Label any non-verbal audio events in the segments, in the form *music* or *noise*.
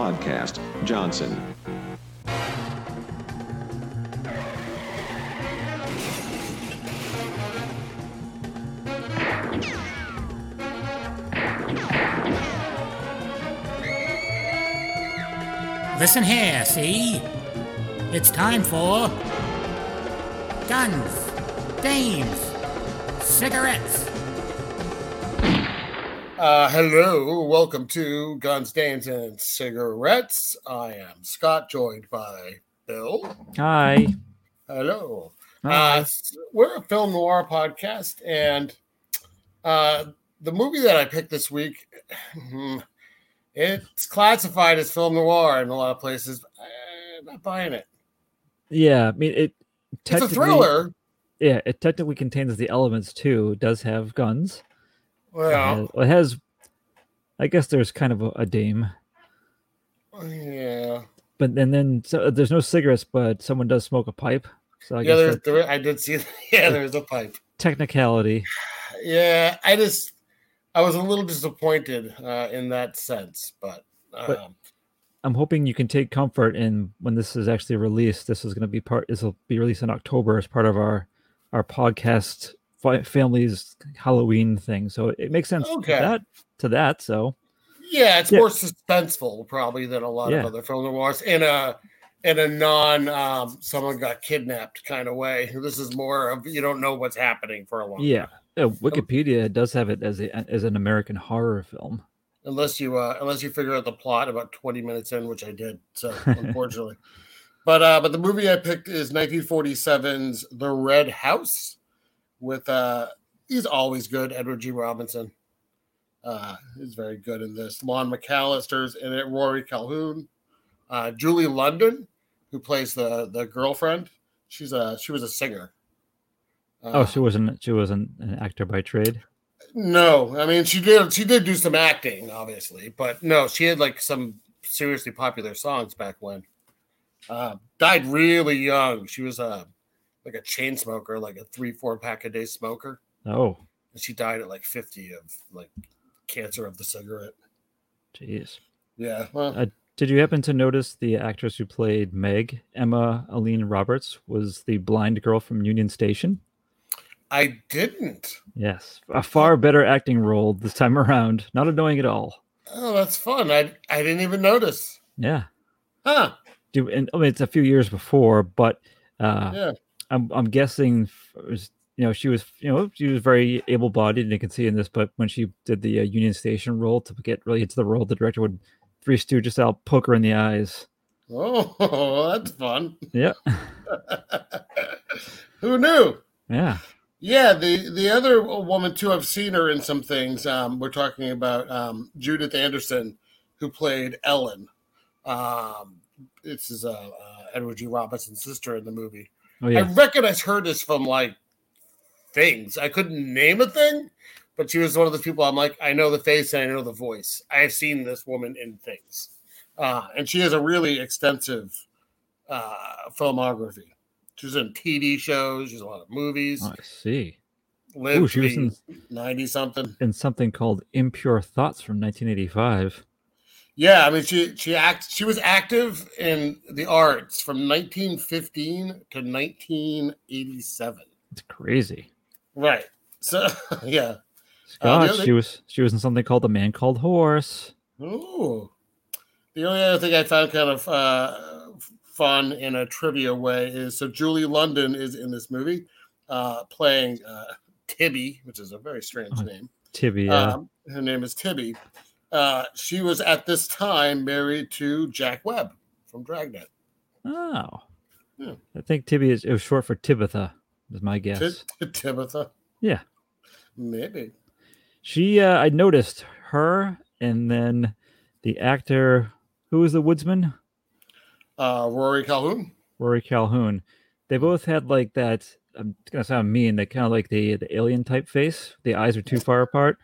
podcast, Johnson. Listen here, see? It's time for guns, dames, cigarettes. Uh, hello, welcome to Guns, Dames, and Cigarettes. I am Scott, joined by Bill. Hi. Hello. Uh, s- we're a film noir podcast, and uh, the movie that I picked this week, hmm, it's classified as film noir in a lot of places. i not buying it. Yeah, I mean it. It's a technically- thriller. Yeah, it technically contains the elements too. It does have guns. It Well, has- It has. I guess there's kind of a, a dame, yeah. but then then so, there's no cigarettes, but someone does smoke a pipe. So I yeah, guess there's, that's there, I did see. *laughs* Yeah, there's a pipe. technicality. Yeah, I just I was a little disappointed uh, in that sense, but, um, But- I'm hoping you can take comfort in when this is actually released. This is going to be part. This will be released in October as part of our our podcast fi- family's Halloween thing. So it makes sense Okay. to that to that. So yeah, it's yeah. more suspenseful probably than a lot of Yeah. other film noirs in a in a non um, someone got kidnapped kind of way. This is more of you don't know what's happening for a long Yeah, time. uh, Wikipedia does have it as a as an American horror film. unless you uh, unless you figure out the plot about 20 minutes in, which I did. So unfortunately. But uh, but the movie I picked is 1947's The Red House with uh he's always good, Edward G. Robinson. Uh he's very good in this. Lon McAllister's in it, Rory Calhoun, uh Julie London, who plays the the girlfriend. She's a she was a singer. Oh, Uh, she wasn't she wasn't an actor by trade. no, I mean she did she did do some acting, obviously, but no, she had like some seriously popular songs back when. Uh, died really young. She was a like a chain smoker, like a three four pack a day smoker, Oh, and she died at like fifty of like cancer of the cigarette. jeez. Yeah, well, Uh, Did you happen to notice the actress who played Meg, Emma Aline Roberts, was the blind girl from Union Station? I didn't. Yes, a far better acting role this time *laughs* around. Not annoying at all. Oh, that's fun. I I didn't even notice. Yeah. Huh? Do and I mean it's a few years before, but uh, Yeah. I'm I'm guessing it was, you know she was you know she was very able bodied and you can see in this, but when she did the uh, Union Station role to get really into the role, the director would three stooges out poke her in the eyes. Oh, *laughs* that's fun. Yeah, *laughs* Who knew? yeah, Yeah, the the other woman too. I've seen her in some things. Um, we're talking about um, Judith Anderson, who played Ellen. Um, this is uh, uh, Edward G. Robinson's sister in the movie. oh yeah. I recognize her just from like things. I couldn't name a thing, but she was one of those people. I'm like, I know the face and I know the voice. I have seen this woman in things, uh, and she has a really extensive uh, filmography. She's in TV shows. She's in a lot of movies Oh, I see. lived Ooh, she was in, 90 something. in something called Impure Thoughts from 1985. Yeah, I mean she she act she was active in the arts from 1915 to 1987. It's crazy. Right. So *laughs* yeah. Uh, the Scott, other- she was she was in something called A Man Called Horse. Ooh. The only other thing I found kind of uh, fun in a trivia way is so Julie London is in this movie uh, playing uh, Tibby, which is a very strange Oh, name. Tibia. Um, her name is Tibby. Uh, she was at this time married to Jack Webb from Dragnet. oh, yeah. I think Tibia is it was short for Tibitha. Is my guess. Ti- *laughs* Tibitha. Yeah. Maybe. She, uh, I noticed her, and then the actor who was the woodsman, Uh, Rory Calhoun. *laughs* Rory Calhoun. They both had like that. I'm gonna sound mean. They kind of like the the alien type face. The eyes are too far apart.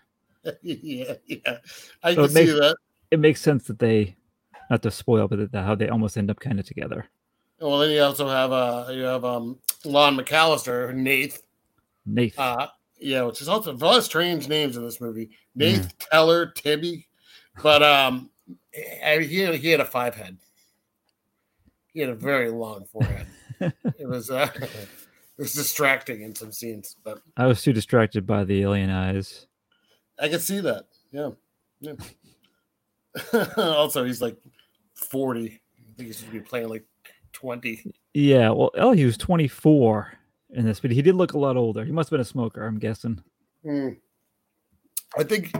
yeah, yeah. I So can it makes- see that. It makes sense that they, not to spoil, but that, that how they almost end up kind of together. Well, then you also have uh, you have um, Lon McAllister, Nath. Nath. Uh, yeah, which is Hmm. also a lot of strange names in this movie. Nath Teller Tibby, but um, I mean, he had, he had a five head. He had a very long *laughs* forehead. it was uh, *laughs* it was distracting in some scenes, but I was too distracted by the alien eyes. I could see that. Yeah. yeah. *laughs* also, he's like forty. I think he should be playing like twenty. Yeah, well, Ellie was 24 in this, but he did look a lot older. He must have been a smoker, I'm guessing. Hmm. I think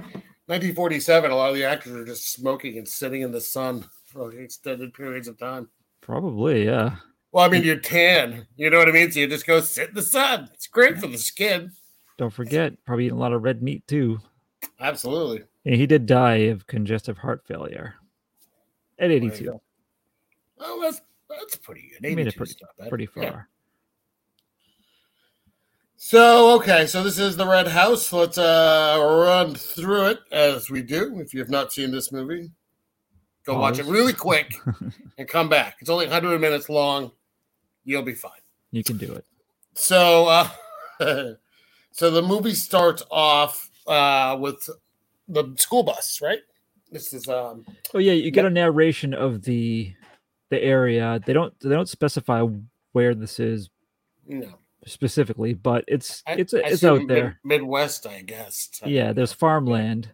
1947. A lot of the actors were just smoking and sitting in the sun for like extended periods of time. Probably, yeah. Well, I mean, you're tan. You know what I mean? So you just go sit in the sun. It's great for the skin. Don't forget, probably eating a lot of red meat too. Absolutely. And he did die of congestive heart failure at you 82. go. Oh, that's that's pretty good. He 82 made it pretty, is not bad. pretty Yeah. far. So okay, so this is the Red House. Let's uh run through it as we do. If you have not seen this movie, go watch it Pause. really quick *laughs* and come back. It's only 100 minutes long. You'll be fine. You can do it. So, uh, *laughs* so the movie starts off uh, with the school bus, right? This is um, Oh yeah, you get a narration of the the area. They don't they don't specify where this is no, specifically, but it's I- it's I it's assume out mid- there. Midwest, I guess. Yeah, there's farmland,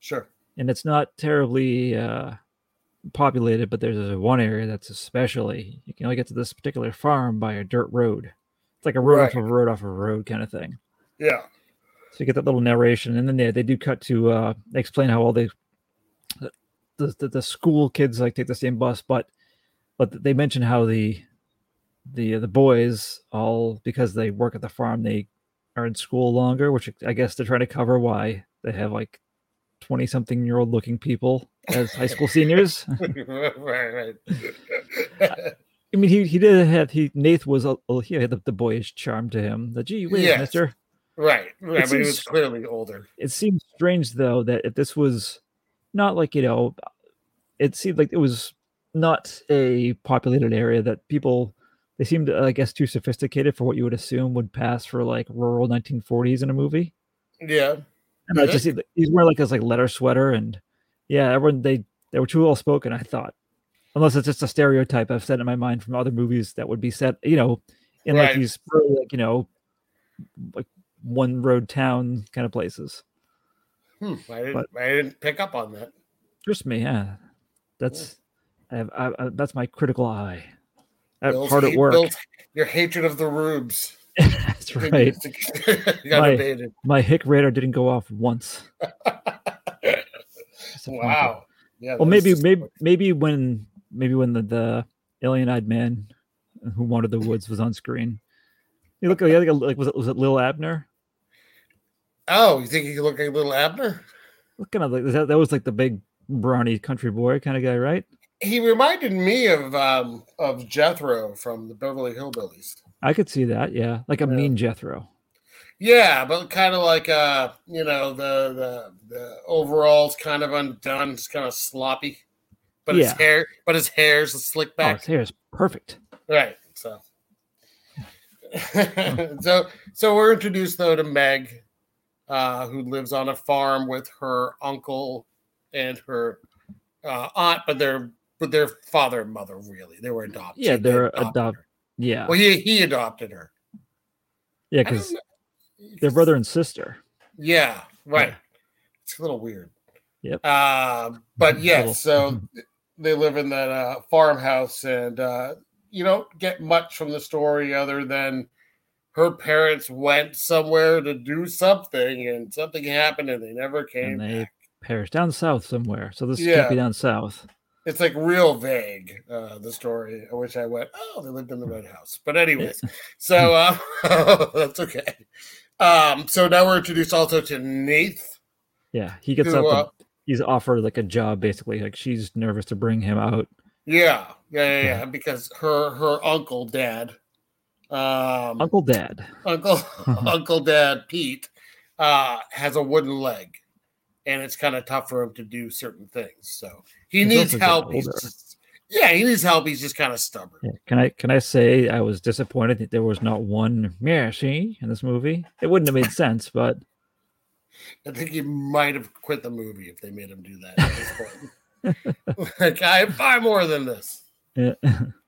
sure. and it's not terribly uh, populated, but there's this one area that's especially you can only get to this particular farm by a dirt road. It's like a road off Right. of a road off of a road kind of thing. Yeah, *laughs* So you get that little narration, and then they they do cut to uh, explain how all the the, the the school kids like take the same bus, but but they mention how the the the boys all because they work at the farm they are in school longer, which I guess they're trying to cover why they have like twenty something year old looking people as high school seniors. right, *laughs* right. I mean, he he did have he Nath was a, a- he had the, the boyish charm to him. The gee whiz, Yes. Mister. Right, right. but It he seems- was clearly older. it seems strange though that if this was not like you know it seemed like it was not a populated area that people they seemed i guess too sophisticated for what you would assume would pass for like rural 1940s in a movie Yeah, and i Mhm. just see that he's wearing like this like leather sweater and yeah everyone they they were too well spoken i thought unless it's just a stereotype i've set in my mind from other movies that would be set you know in like Right. these really, like you know like one road town kind of places hmm. I didn't. I didn't pick up on that. Trust me, yeah. That's I have, I, I, that's my critical eye. At, Bill's hard at hate- work. Bill's- your hatred of the rubes. *laughs* *laughs* that's right. got Right. abated. My hick radar didn't go off *laughs* once. Disappointed. Wow. Yeah. Well, that maybe was- maybe maybe when maybe when the, the alien-eyed man who wanted the woods was on screen. You look like, like like was it was it Lil Abner? Oh, you think he could look like little Abner? What kind of like that, that was like the big brawny country boy kind of guy, right? He reminded me of um of Jethro from the Beverly Hillbillies. I could see that, yeah, like a Yeah. mean Jethro. Oh, Yeah, but kind of like uh, you know, the the, the overalls kind of undone, just kind of sloppy. But his Yeah. hair, but his hair's slick Oh, back. his hair is perfect. Right. So, *laughs* so, so we're introduced though to Meg, uh, who lives on a farm with her uncle and her uh, aunt, but their but their father and mother really they were adopted. Yeah, They they're adopted adopt- her. Yeah, Well, he he adopted her. yeah, I don't because know- they're brother and sister. Yeah. Right. Yeah. It's a little weird. Yep. Uh, *laughs* but yeah, Little. so they live in that uh, farmhouse, and uh, you don't get much from the story other than her parents went somewhere to do something, and something happened, and they never came. and back. they perish down south somewhere. So this Yeah. can't be down south. it's like real vague uh, the story i wish i went oh they lived in the red house but anyways so uh, *laughs* that's okay um, so now we're introduced also to nath *laughs* Yeah, he gets who, up. uh, and he's offered like a job basically. Like she's nervous to bring him out. Yeah, yeah, yeah, yeah. Because her her uncle dad, um, Uncle Dad. uncle uh-huh. uncle dad Pete, uh, has a wooden leg, and it's kind of tough for him to do certain things. So he He's needs also getting help. He's older. just- yeah, he needs help. He's just kind of stubborn. Yeah, Can I can I say I was disappointed that there was not one Mirashi in this movie? It wouldn't *laughs* have made sense, but *laughs* I think he might have quit the movie if they made him do that. At this point. *laughs* like I buy more than this. Yeah.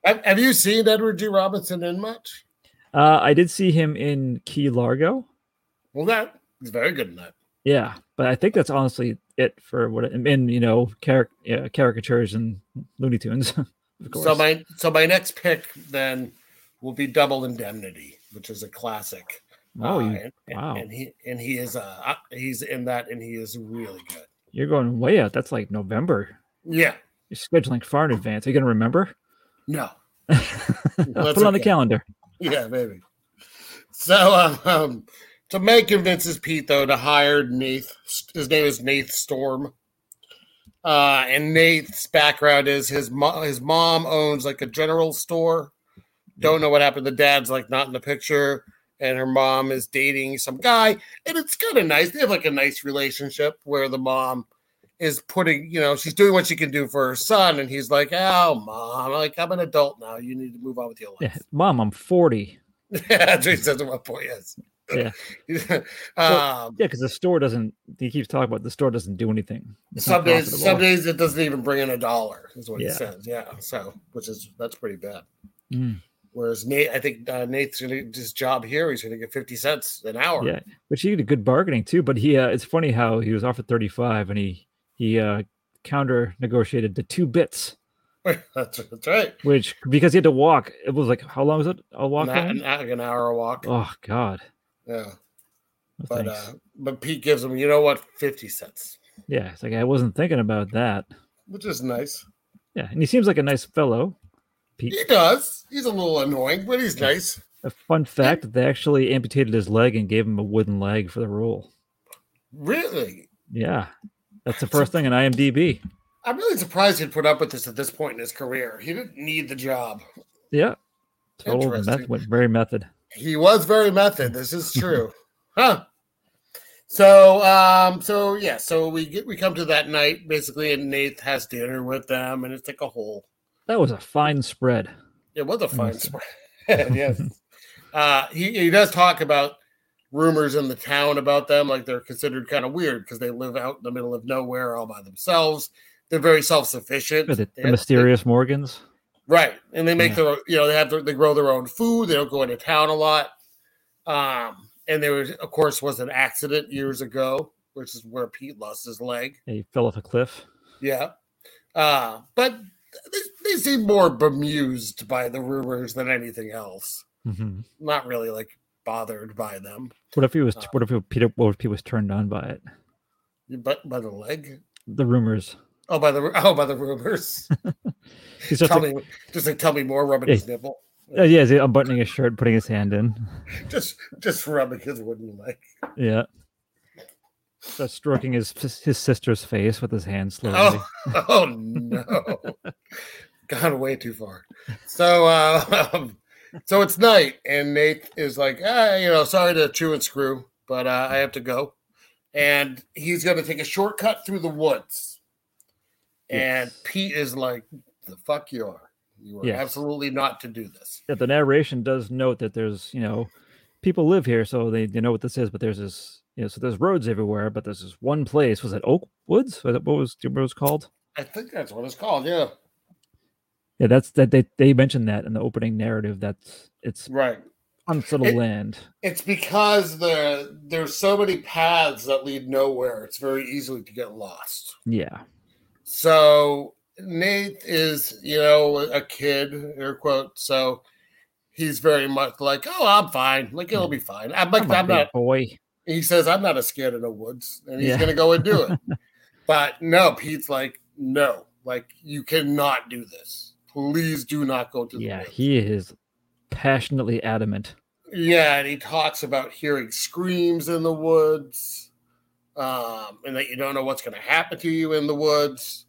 Have, have you seen Edward G. Robinson in much? Uh, I did see him in Key Largo. Well, that he's very good in that. Yeah, but I think that's honestly it for what it, and you know caric- yeah, caricatures and Looney Tunes. *laughs* Of course. So my so my next pick then will be Double Indemnity, which is a classic. Uh, oh, you, and, and- wow. And he and he is uh he's in that and he is really good. you're going way out. That's like November. Yeah. You're scheduling far in advance. Are you going to remember? Uh, No. *laughs* Put it on okay. the calendar. Yeah, maybe. So um to May convinces Pete though to hire Nath his name is Nath Storm. Uh and Nath's background is his mo- his mom owns like a general store. Don't know what happened. The dad's like not in the picture, and her mom is dating some guy, and it's kind of nice. They have like a nice relationship where the mom is putting, you know, she's doing what she can do for her son, and he's like, Oh mom, like I'm an adult now. You need to move on with your life. *laughs* Yeah. Mom, I'm 40. *laughs* That's what he says at one point, yes. Yeah. *laughs* um, Yeah, because the store doesn't. He keeps talking about the store doesn't do anything. It's not some days, profitable. some days it doesn't even bring in a dollar, is what he Yeah. says. Yeah. So, which is that's pretty bad. Mm, Whereas Nate, I think uh, Nate's gonna his job here. He's gonna get fifty cents an hour. yeah, which he did good bargaining too. But he, uh, it's funny how he was offered 35 and he he uh, counter negotiated the two bits, *laughs* that's, that's right. which because he had to walk, it was like how long was it? A walk. An, hou- home? an, hou- an hour walk. Oh God. Yeah. No But thanks. uh, but Pete gives him, you know what, fifty cents, yeah, it's like I wasn't thinking about that. which is nice. Yeah, and he seems like a nice fellow. Pete. He does. He's a little annoying, but he's nice. A fun fact: they actually amputated his leg and gave him a wooden leg for the role. Really, Yeah, that's the first thing in IMDb. I'm really surprised he'd put up with this at this point in his career. He didn't need the job. Yeah, total Interesting. method. Went very method. He was very method. This is true. huh. So um so yeah, so we get we come to that night basically and Nate has dinner with them and it's like a whole That was a fine spread. it was a fine Understood. spread. *laughs* yes. Uh he, he does talk about rumors in the town about them, like they're considered kind of weird because they live out in the middle of nowhere all by themselves. They're very self-sufficient. The, the They have- they- mysterious Morgans. Right. And they make Yeah. their own, you know, they have their, they grow their own food. They don't go into town a lot. Um, and there was, of course, was an accident years ago, which is where Pete lost his leg. He fell off a cliff. Yeah. Uh, but they, they seem more bemused by the rumors than anything else. Mhm. Not really like bothered by them, What if he was? Uh, what if he, Peter? What if he was turned on by it? but by the leg. The rumors. Oh, by the *laughs* oh, by the rumors. He's *laughs* just tell like, me, just like tell me more. Rubbing Yeah. his nipple, *laughs* uh, yeah, he's unbuttoning his shirt, putting his hand in. just just rubbing his wooden leg. Yeah. So stroking his his sister's face with his hand slowly. Oh, *laughs* oh no. Gone way too far. So uh, um, so it's night and Nate is like, ah, you know, sorry to chew and screw, but uh, I have to go. And he's gonna take a shortcut through the woods. And Yes. Pete is like, the fuck you are. You are Yes. absolutely not to do this. Yeah, the narration does note that there's, you know, people live here, so they, they know what this is, but there's this, you know, so there's roads everywhere, but there's this one place. Was it Oak Woods? Was that What was, do you remember what it was called? I think that's what it's called, yeah. Yeah, that's that they, they mentioned that in the opening narrative. That's it's Right. unsettled It- land. It's because the there's so many paths that lead nowhere. It's very easily to get lost. Yeah. So Nate is, you know, a kid, air quote. So he's very much like, oh, I'm fine. Like it'll be fine. I'm like, I'm I'm, a big not. boy. He says, I'm not as scared of the woods, and he's Yeah. gonna go and do it. *laughs* but no, Pete's like, no, like you cannot do this. Please do not go to the Yeah, woods. he is passionately adamant. Yeah, and he talks about hearing screams in the woods, um, and that you don't know what's going to happen to you in the woods.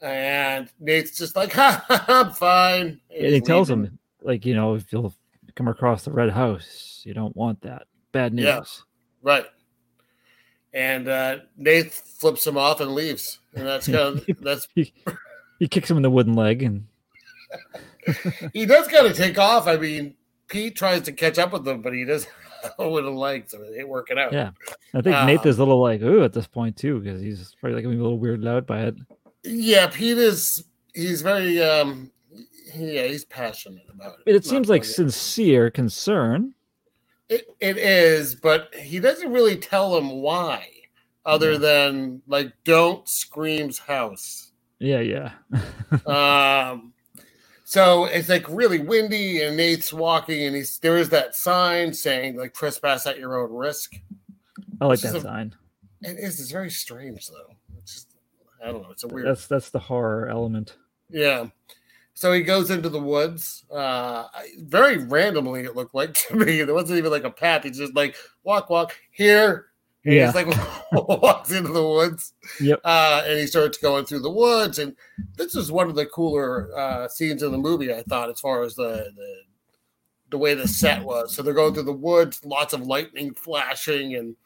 And Nate's just like, *laughs* ha, ha, ha, I'm fine. And And he he's tells leaving. him, like, you know, if you'll come across the red house, you don't want that. Bad news. Yeah. right. And uh, Nate flips him off and leaves, and *laughs* that's kind of that's He, he kicks him in the wooden leg and he does kind of take off. I mean, Pete tries to catch up with him, but he doesn't *laughs* with the legs, so it ain't working out. Yeah. I think Uh, Nate is a little like ooh at this point too because he's probably like being a little weirded out by it. yeah, Pete is he's very um yeah, he's passionate about it. But Not it seems like funny. sincere concern. It, it is, but he doesn't really tell him why, other than like, don't screams house. Yeah, yeah. um, so it's like really windy, and Nate's walking, and he's there is that sign saying like trespass at your own risk. I like This is that a sign. It is it's very strange though. It's just I don't know. It's a weird. That's that's the horror element. Yeah. So he goes into the woods. Uh, I- very randomly, it looked like *laughs* to me. There wasn't even like a path. He's just like walk, walk here. And Yeah. He's like *laughs* walks into the woods. Yep. Uh, and he starts going through the woods. And this is one of the cooler uh, scenes in the movie, I thought, as far as the the, the way the set was. So they're going through the woods. Lots of lightning flashing and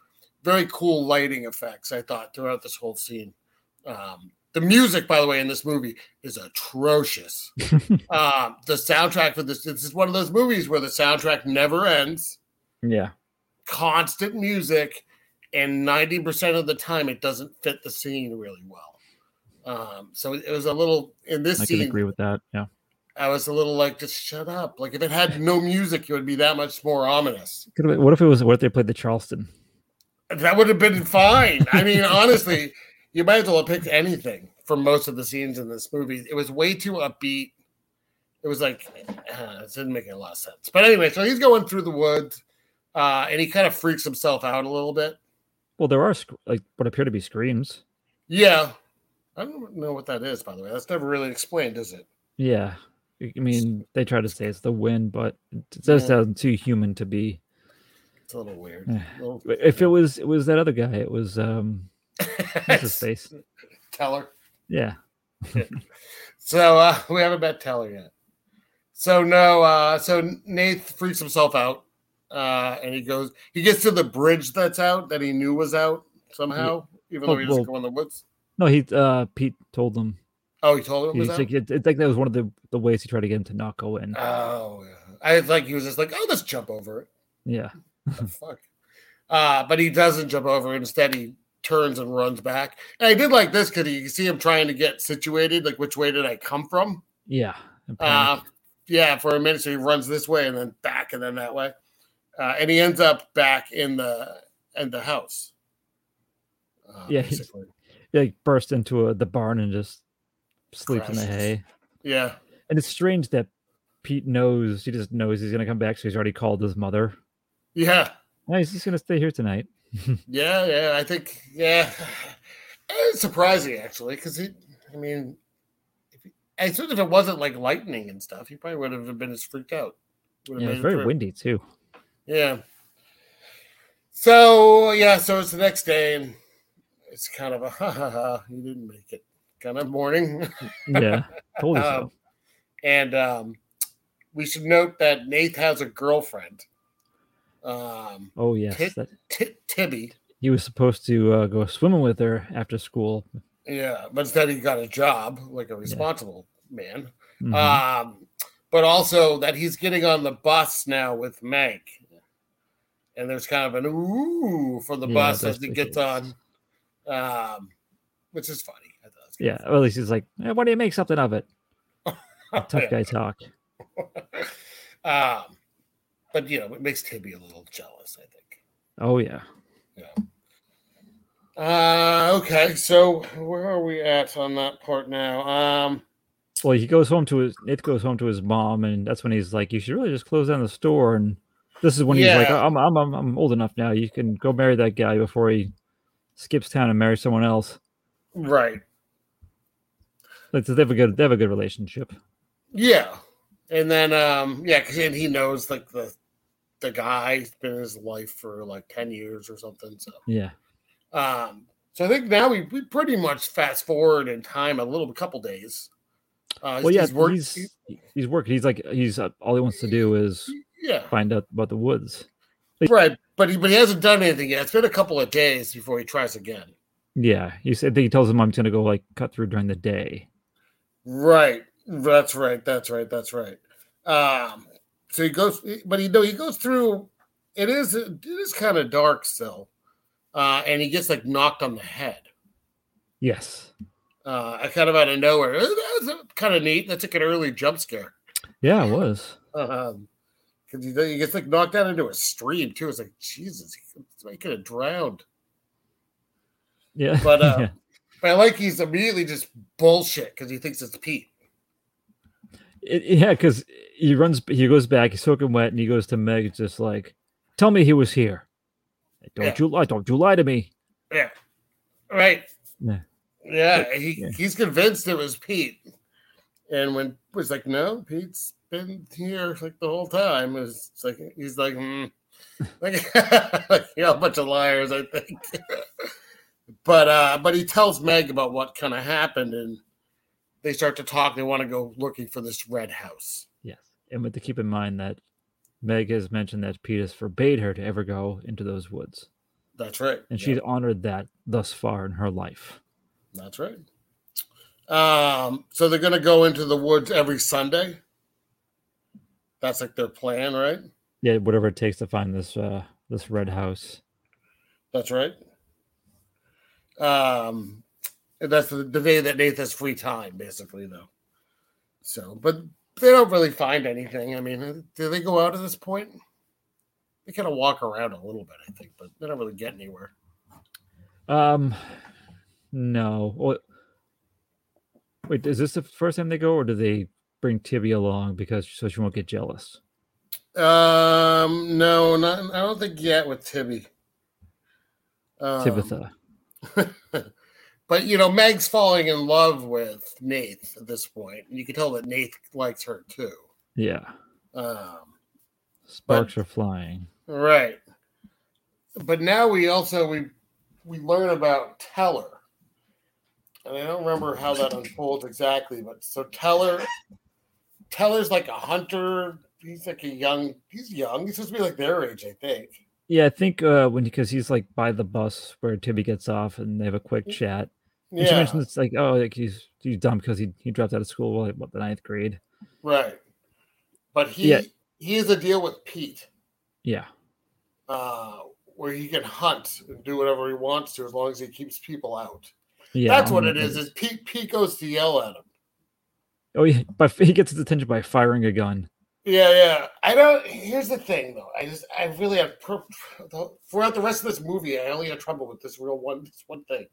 very cool lighting effects. I thought throughout this whole scene. Um, the music, by the way, in this movie is *laughs* atrocious. um, the soundtrack for this this is one of those movies where the soundtrack never ends, Yeah. constant music, and ninety percent of the time it doesn't fit the scene really well. Um, so it was a little in this I can scene. agree with that. Yeah. I was a little like, just shut up. Like if it had no music, it would be that much more ominous. Could have, what if it was what if they played the Charleston? That would have been fine. I *laughs* mean, honestly, you might as well have picked anything for most of the scenes in this movie. It was way too upbeat. It was like uh, it didn't make a lot of sense. But anyway, so he's going through the woods, uh, and he kind of freaks himself out a little bit. Well, there are sc- like what appear to be screams. Yeah, I don't know what that is, by the way. That's never really explained, is it? Yeah. I I mean, they try to say it's the wind, but it does Yeah. sound too human to be. It's a little weird. Eh. A little- If *laughs* it was, it was that other guy. It was um, what's his face? Teller. Yeah. So uh, we haven't met Teller yet. So no, uh, so Nate freaks himself out, uh, and he goes. He gets to the bridge that's out that he knew was out somehow, even though Oh, he doesn't well- go in the woods. No, he. Uh, Pete told them. Oh, he told him it He, was I out. think it, I think that was one of the, the ways he tried to get him to not go in. Oh, yeah. I like he was just like, oh, let's jump over it. yeah. The fuck. Uh, but he doesn't jump over. Instead, he turns and runs back. And I did like this because you can see him trying to get situated. Like, which way did I come from? Yeah. and Uh, panic. yeah, for a minute, so he runs this way and then back and then that way, uh, and he ends up back in the in the house. Uh, Yeah, he's- basically. He, like burst into a, the barn and just sleeps in the Crashes. hay. yeah, And it's strange that Pete knows. He just knows he's gonna come back, so he's already called his mother. yeah, No, he's just gonna stay here tonight. yeah, yeah. I think yeah, it's surprising actually because he. I mean, if he, I suppose if it wasn't like lightning and stuff, he probably would have been as freaked out. Would have Yeah, made it's it very through. windy too. Yeah. So yeah, so it's the next day, and it's kind of a ha ha ha. You didn't make it kind of morning, *laughs* Yeah, told you so. Um, and um, we should note that Nate has a girlfriend, um, Oh yes, tit- that, Ti- Tibby. he was supposed to uh, go swimming with her after school. Yeah, but instead he got a job like a responsible man. Mhm. Um, but also that he's getting on the bus now with Mank. And there's kind of an ooh for the Yeah, bus that's as he the gets on, case. um, which is funny. I thought it was yeah, well, at least he's like, eh, why do you make something *laughs* of it? kinda Tough funny. guy talk. um, but you know, it makes Tibby a little jealous, I think. Oh yeah, Uh, okay, so where are we at on that part now? Um, Well, he goes home to his Nate goes home to his mom, and that's when he's like, "You should really just close down the store." And this is when he's like, Yeah. "I'm I'm I'm, I'm old enough now. You can go marry that guy before he skips town and marries someone else." right, Like, so they have a good they have a good relationship. yeah, and then, um, yeah, 'cause- and he knows like the the guy's been in his life for like 10 years or something, so Yeah, um, so I think now we, we pretty much fast forward in time a little couple days. Uh, well, yeah, he's work- he's, working. He's like he's uh, all he wants to do is yeah, find out about the woods. right, but he, but he hasn't done anything yet. It's been a couple of days before he tries again. Yeah, he said he tells him I'm going to go like cut through during the day. Right. That's right. That's right. That's right. Um, so he goes, but he no, he goes through. It is it is kind of dark still, uh, and he gets like knocked on the head. Yes, uh, I kind of out of nowhere. That was kind of neat. That's like an early jump scare. Yeah, it was. Um, because you, you gets like knocked down into a stream too. It's like Jesus, he could have drowned. Yeah. *laughs* But uh, Yeah. but I like he's immediately just bullshit because he thinks it's Pete. It- yeah, because he runs, he goes back, he's soaking wet, and he goes to Meg, just like, "Tell me he was here. Don't Yeah. you lie? Don't you lie to me." Yeah, right. Yeah. yeah. He Yeah. he's convinced it was Pete, and when it was like, no, Pete's been here like the whole time. It was, it's like he's like, mm. *laughs* like, *laughs* like you know, a bunch of liars, I think. *laughs* but uh, but he tells Meg about what kind of happened, and they start to talk. They want to go looking for this red house. Yes, and with to keep in mind that Meg has mentioned that Petus forbade her to ever go into those woods, That's right. and Yeah. she's honored that thus far in her life. That's right. Um, so they're gonna go into the woods every Sunday. That's like their plan, right? Yeah, whatever it takes to find this uh this red house. That's right. Um, and that's the, the day that Nathan's free time, basically, though. So, but they don't really find anything. I mean, do they go out at this point? They kind of walk around a little bit, I think, but they don't really get anywhere. Um, no. Well, Wait, is this the first time they go, or do they bring Tibby along because so she won't get jealous? Um, no, not, I don't think yet with Tibby. Um, Tabitha. But you know, Meg's falling in love with Nath at this point, and you can tell that Nath likes her too. Yeah. Um, Sparks are flying. right. But now we also we we learn about Teller, and I don't remember how that unfolds exactly. But so Teller, Teller's like a hunter. He's like a young. He's young. He's supposed to be like their age, I think. Yeah, I think uh when because he's like by the bus where Tibby gets off and they have a quick chat. And she Yeah. mentions it's like, oh, like he's he's dumb because he, he dropped out of school well, like what the ninth grade. Right. But he Yeah. he has a deal with Pete. Yeah. uh, where he can hunt and do whatever he wants to as long as he keeps people out. Yeah. That's I'm what like, it is. Is Pete, Pete goes to yell at him. Oh yeah, *laughs* but he gets his attention by firing a gun. Yeah, yeah. I don't. Here's the thing, though. I just, I really have per, the, throughout the rest of this movie, I only had trouble with this real one, this one thing.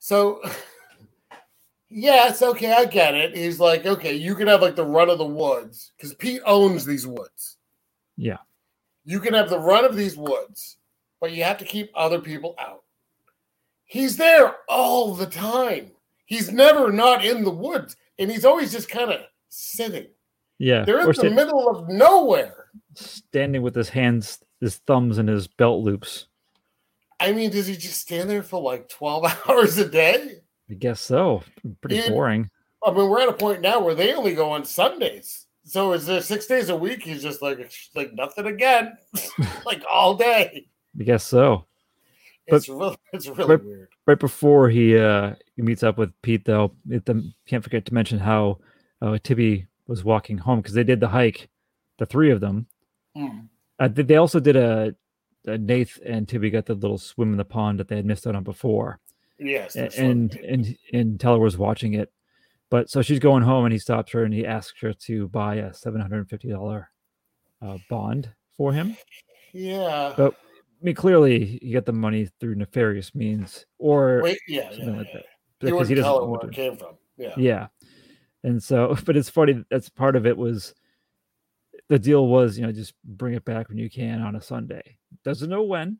So, *laughs* yeah, it's okay. I get it. He's like, okay, you can have like the run of the woods because Pete owns these woods. Yeah. you can have the run of these woods, but you have to keep other people out. He's there all the time. He's never not in the woods, and he's always just kind of sitting. Yeah. They're in or the sta- middle of nowhere. standing with his hands, his thumbs, and his belt loops. I mean, does he just stand there for like 12 *laughs* hours a day? I guess so. Pretty And- boring. I mean, we're at a point now where they only go on Sundays. So is there six days a week? He's just like, it's like nothing again, *laughs* like all day. I guess so. But- It's really, it's really but- weird. Right before he uh he meets up with Pete, though, it, the, can't forget to mention how uh, Tibby was walking home because they did the hike, the three of them. Mm. Uh, they they also did a, a Nath and Tibby got the little swim in the pond that they had missed out on before. Yes. A- that's what- and and and Teller was watching it. But so she's going home, and he stops her, and he asks her to buy a seven hundred and fifty dollar uh, bond for him. yeah. but- I mean, clearly he got the money through nefarious means, or Wait, yeah. yeah, something like yeah. that, You because wouldn't he doesn't tell her want where it to. came from. Yeah. Yeah, and so, *laughs* but it's funny. That's part of it was the deal was you know just bring it back when you can on a Sunday. Doesn't know when,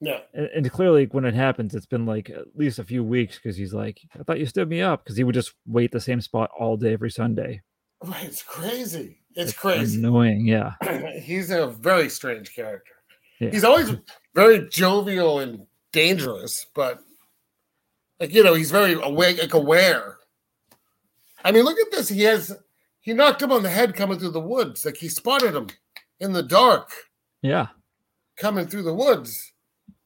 Yeah. and, and clearly when it happens it's been like at least a few weeks because he's like i thought you stood me up because he would just wait the same spot all day every sunday *laughs* Right. It's crazy. It's crazy. annoying yeah *laughs* he's a very strange character. Yeah. He's always very jovial and dangerous, but like you know, he's very awake, like aware. I mean, look at this. He has he knocked him on the head coming through the woods. Like he spotted him in the dark yeah coming through the woods.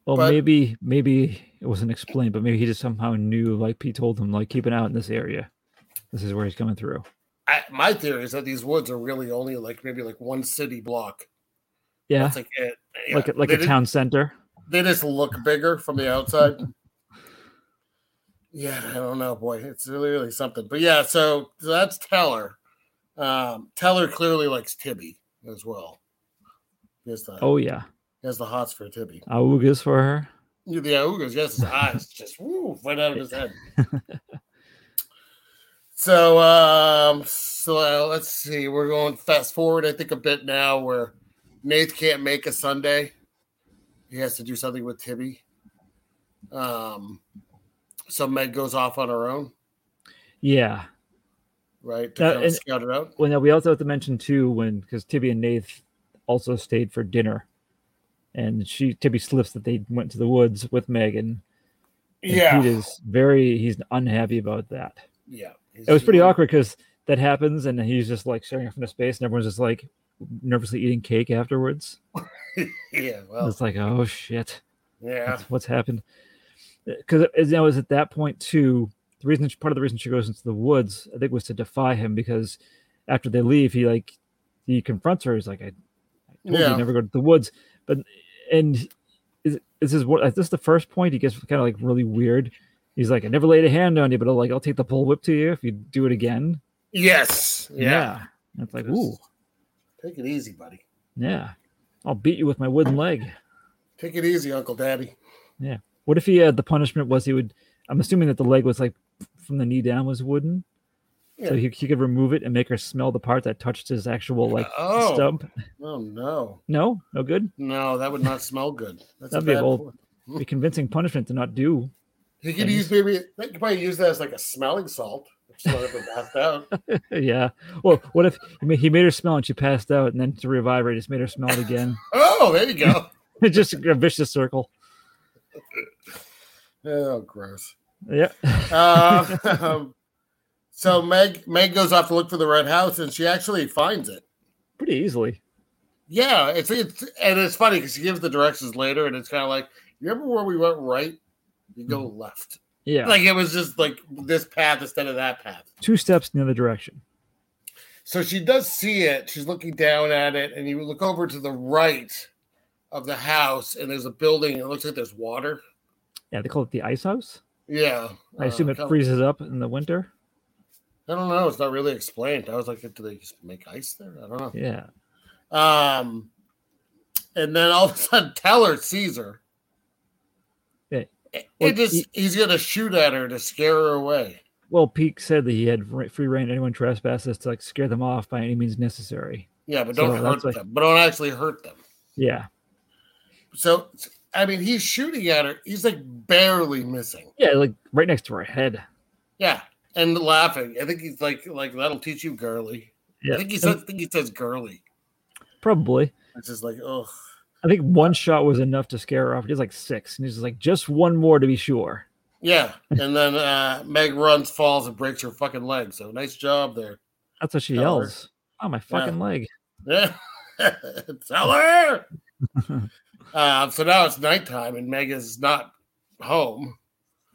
well But- maybe maybe it wasn't explained but maybe he just somehow knew like pete told him like keep an eye out in this area this is where he's coming through I, my theory is that these woods are really only like maybe like one city block. yeah That's like it. Yeah. like a, like They a didn't- town center They just look bigger from the outside. Yeah, I don't know, boy. It's really, really something. But yeah, so, so that's Teller. Um, Teller clearly likes Tibby as well. He has the, Oh yeah, he has the hots for Tibby. augas for her. Yeah, the Augas, yes, his eyes just woo, right out of his head. so, um, so uh, let's see. We're going fast forward, I think, a bit now where Nate can't make a Sunday. He has to do something with Tibby. Um, so Meg goes off on her own, Yeah, right? To Uh, kind of and- scout it out. well, now we also have to mention too when because Tibby and Nath also stayed for dinner, and she Tibby slips that they went to the woods with Megan. and Yeah. Pete is very he's unhappy about that. Yeah. he's- It was pretty awkward because that happens, and he's just like staring off into space, and everyone's just like nervously eating cake afterwards. Yeah. And Well, It's like oh shit. yeah. That's what's happened. Because you know, it was at that point too. The reason, she, part of the reason she goes into the woods, I think, was to defy him. Because after they leave, he like he confronts her. He's like, "I, I told Yeah. you never go to the woods." But and is, this is what is this the first point? He gets kind of like really weird. He's like, "I never laid a hand on you, but I'll, like I'll take the pole whip to you if you do it again." Yes. Yeah. And it's like, Just- ooh, Take it easy, buddy. yeah, I'll beat you with my wooden leg. Take it easy, Uncle Daddy. What if he uh, the punishment was he would? I'm assuming that the leg was like from the knee down was wooden, so Yeah. he, he could remove it and make her smell the part that touched his actual like Oh. stump. Oh, no. No, *laughs* no good. No, that would not smell good. That's That'd a be bad old. point. Be convincing punishment to not do. *laughs* He could use things. maybe they could probably use that as like a smelling salt. If someone ever passed *laughs* out. yeah. Well, what if I mean, he made her smell and she passed out, and then to revive her, he just made her smell it again. *laughs* Oh, there you go. It's just a vicious circle. oh, gross. Yeah. *laughs* Uh, um, so Meg Meg goes off to look for the red house, and she actually finds it. Pretty easily. Yeah, it's it's and it's funny because she gives the directions later, and it's kind of like you remember where we went right, you go left. Yeah. Like it was just like this path instead of that path. Two steps in the other direction. So she does see it. She's looking down at it, and you look over to the right of the house, and there's a building. and It looks like there's water. Yeah, they call it the ice house. Yeah, I assume Uh, it kinda- freezes up in the winter. I don't know. It's not really explained. I was like, do they just make ice there? I don't Yeah. know. Um, and then all of a sudden, Teller sees her. Yeah. It, Well, it just he- he's gonna shoot at her to scare her away. Well, Peak said that he had r- free reign. Anyone trespasses to like scare them off by any means necessary. Yeah, but So don't hurt that's like- them. But don't actually hurt them. Yeah, So I mean, he's shooting at her. He's like barely missing. yeah, like right next to her head. Yeah, and laughing. I think he's like like that'll teach you girly. Yeah, I think he says I think he says girly. probably. It's just like oh I think one shot was enough to scare her off. He was like six, and he's just like, just one more to be sure. yeah, and then uh, Meg runs, falls, and breaks her fucking leg. So nice job there. That's what she Tell her. yells. Oh my fucking leg! Yeah, *laughs* tell *laughs* her. uh, so now it's nighttime, and Meg is not home.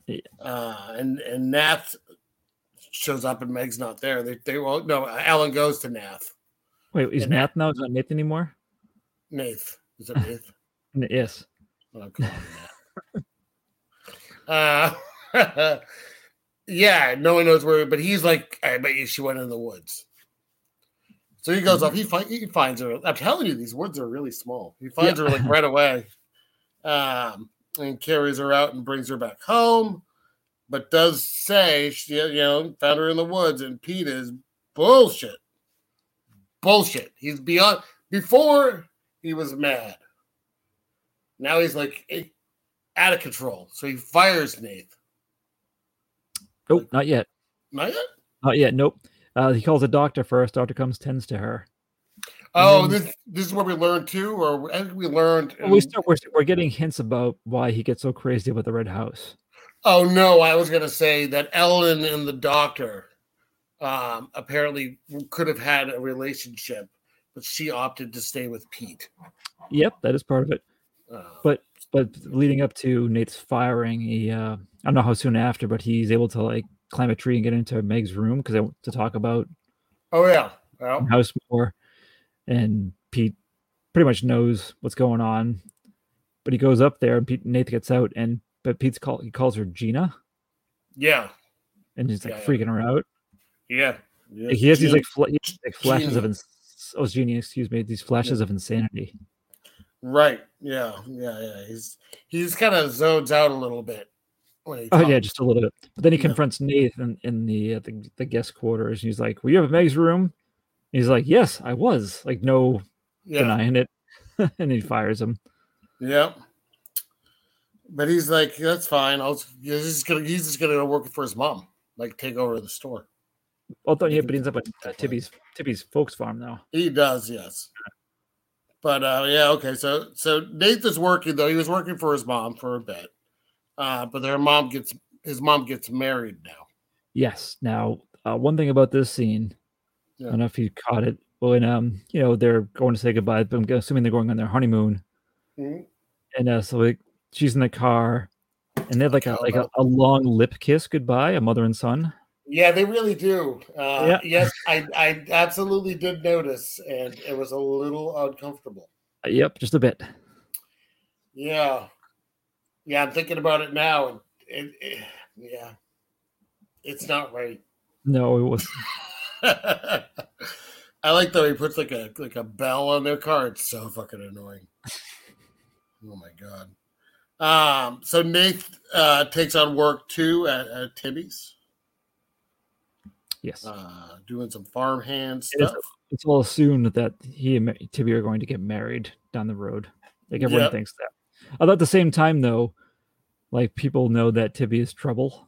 Yeah. Uh, and and Nath shows up, and Meg's not there. They they well no. Alan goes to Nath. Wait, is And Nath now? Is not Nath anymore? Nath is it Nath? N- yes. Oh, come on, Matt. uh, *laughs* yeah, no one knows where, but he's like, I bet you she went in the woods. So he goes off. He, fi- he finds her. I'm telling you, these woods are really small. He finds her like right away, um, and carries her out and brings her back home. But does say she, you know, found her in the woods, and Pete is bullshit. Bullshit. He's beyond. Before he was mad. Now he's like eh, out of control. So he fires Nate. Oh, not yet. Not yet? Not yet. Nope. Uh, he calls a doctor first. Doctor comes, tends to her. Oh, then- this this is what we learned too, or I think we learned. Well, we in- start, we're, we're getting hints about why he gets so crazy about the red house. oh no, I was gonna say that Ellen and the doctor um, apparently could have had a relationship, but she opted to stay with Pete. Yep, that is part of it. Uh, But- but leading up to Nate's firing, he uh, I don't know how soon after, but he's able to like climb a tree and get into Meg's room because they want to talk about oh yeah, well, house more. And Pete pretty much knows what's going on, but he goes up there and Pete, Nate gets out and but Pete's call he calls her Gina, Yeah. and he's like Yeah, yeah. freaking her out. Yeah. yeah. Like, he has these Gene- like, fl- he has, like flashes of Genie. ins- oh genie, excuse me, these flashes of insanity. right. Yeah. Yeah. Yeah. He's he's kind of zones out a little bit. When he Oh talks. yeah, just a little bit. But then he Yeah. confronts Nathan in the, uh, the the guest quarters, and he's like, "Were you at Meg's room?" And he's like, "Yes, I was." Like no Yeah. denying it, *laughs* and he fires him. Yeah. But he's like, that's fine. I'll he's just gonna he's just gonna go work for his mom, like take over the store. Although You yeah, can but he ends up at uh, definitely- Tibby's Tibby's folks farm now. He does, yes. But uh, yeah, okay. So so Nathan's working though. He was working for his mom for a bit, uh, but their mom gets his mom gets married now. Yes. Now, uh, one thing about this scene, I Yeah. don't know if you caught it when um you know they're going to say goodbye, but I'm assuming they're going on their honeymoon, Mhm. and uh, so like she's in the car, and they have like a Cow like a, love. a long lip kiss goodbye, a mother and son. Yeah, they really do. Uh, Yeah. Yes, I I absolutely did notice, and it was a little uncomfortable. Uh, yep, just a bit. Yeah, yeah. I'm thinking about it now, and it, it, yeah, it's not right. *laughs* No, it was I like though he puts like a like a bell on their car. It's so fucking *laughs* annoying. oh my god. Um. So Nate uh, takes on work too at, at Tibby's, yes. uh, doing some farmhand It is- stuff. It's all assumed that he and Ma- Tibby are going to get married down the road. Like everyone Yep. thinks that. Although at the same time, though, like people know that Tibby is trouble.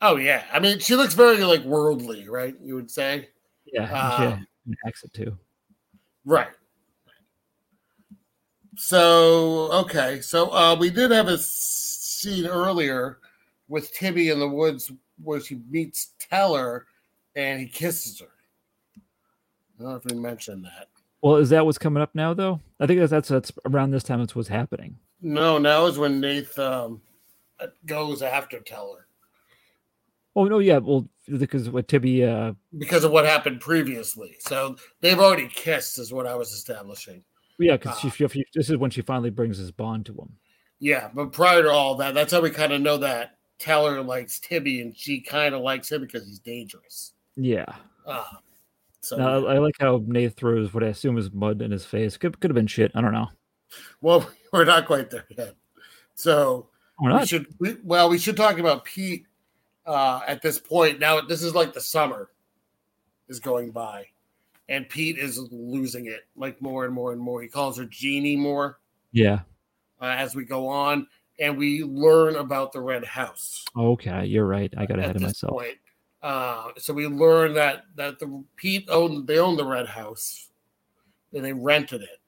Oh yeah. I mean, she looks very like worldly, right? You would say. Yeah, Ah. yeah, and acts it too. Right. So okay, so uh, we did have a scene earlier with Tibby in the woods where she meets Teller, and he kisses her. I don't know if we mentioned that. Well, is that what's coming up now, though? I think that's that's, that's around this time. That's what's happening. No, now is when Nath um, goes after Teller Oh no, yeah. Well, because what Tibby, uh, because of what happened previously. So they've already kissed, is what I was establishing. yeah, because Ah. she, she, she- this is when she finally brings his bond to him. Yeah, but prior to all that, that's how we kind of know that Teller likes Tibby, and she kind of likes him because he's dangerous. Yeah. Ah, so Now, I, I like how Nate throws what I assume is mud in his face. Could could have been shit. I don't know. *laughs* well, we're not quite there yet. So Or we not. should we, well, we should talk about Pete uh, at this point. Now this is like the summer is going by, and Pete is losing it like more and more and more. He calls her Jeannie more Yeah. uh, as we go on, and we learn about the red house. Okay, you're right. I got ahead of myself. point. Uh, so we learn that that the Pete owned they owned the red house, and they rented it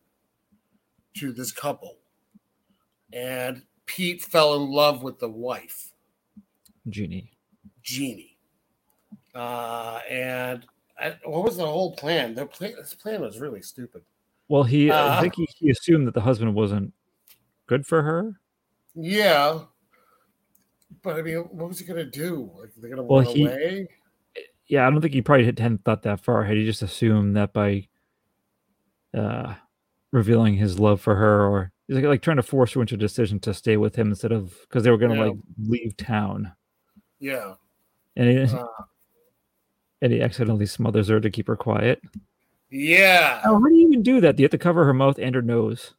to this couple, and Pete fell in love with the wife, Genie. Jeannie. Uh, and I, what was the whole plan? Their plan, this plan was really stupid. Well, he I Ah. think he, he assumed that the husband wasn't good for her. Yeah, but I mean, what was he gonna do? Like they're gonna Well, run he- away? Yeah, I don't think he probably had- hadn't thought that far ahead. He just assumed that by uh revealing his love for her or he's like, like trying to force her into a decision to stay with him instead of because they were gonna Yeah. like leave town. Yeah, And he, Ah. *laughs* and he accidentally smothers her to keep her quiet. yeah. Oh, how do you even do that? Do you have to cover her mouth and her nose?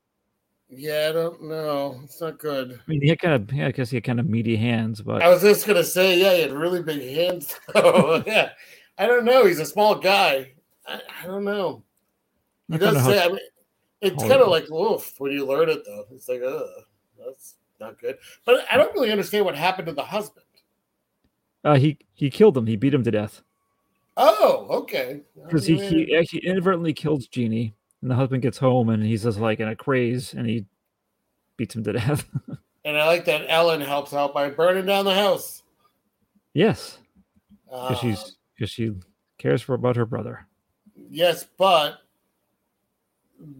Yeah, I don't know. It's not good. I mean, he had kind of, yeah, I guess he had kind of meaty hands, but I was just gonna say, yeah, he had really big hands. *laughs* though. *laughs* yeah, I don't know. He's a small guy. I, I don't know. He I don't know does how say. I mean, it's tall kind he of like oof when you learn it though. It's like, ugh, that's not good. But I don't really understand what happened to the husband. Uh, he he killed him. He beat him to death Oh, okay. because he, he actually inadvertently kills Genie, and the husband gets home and he's just like in a craze, and he beats him to *laughs* death. and I like that Ellen helps out by burning down the house. yes, Uh, because she's because she cares for about her brother. yes, but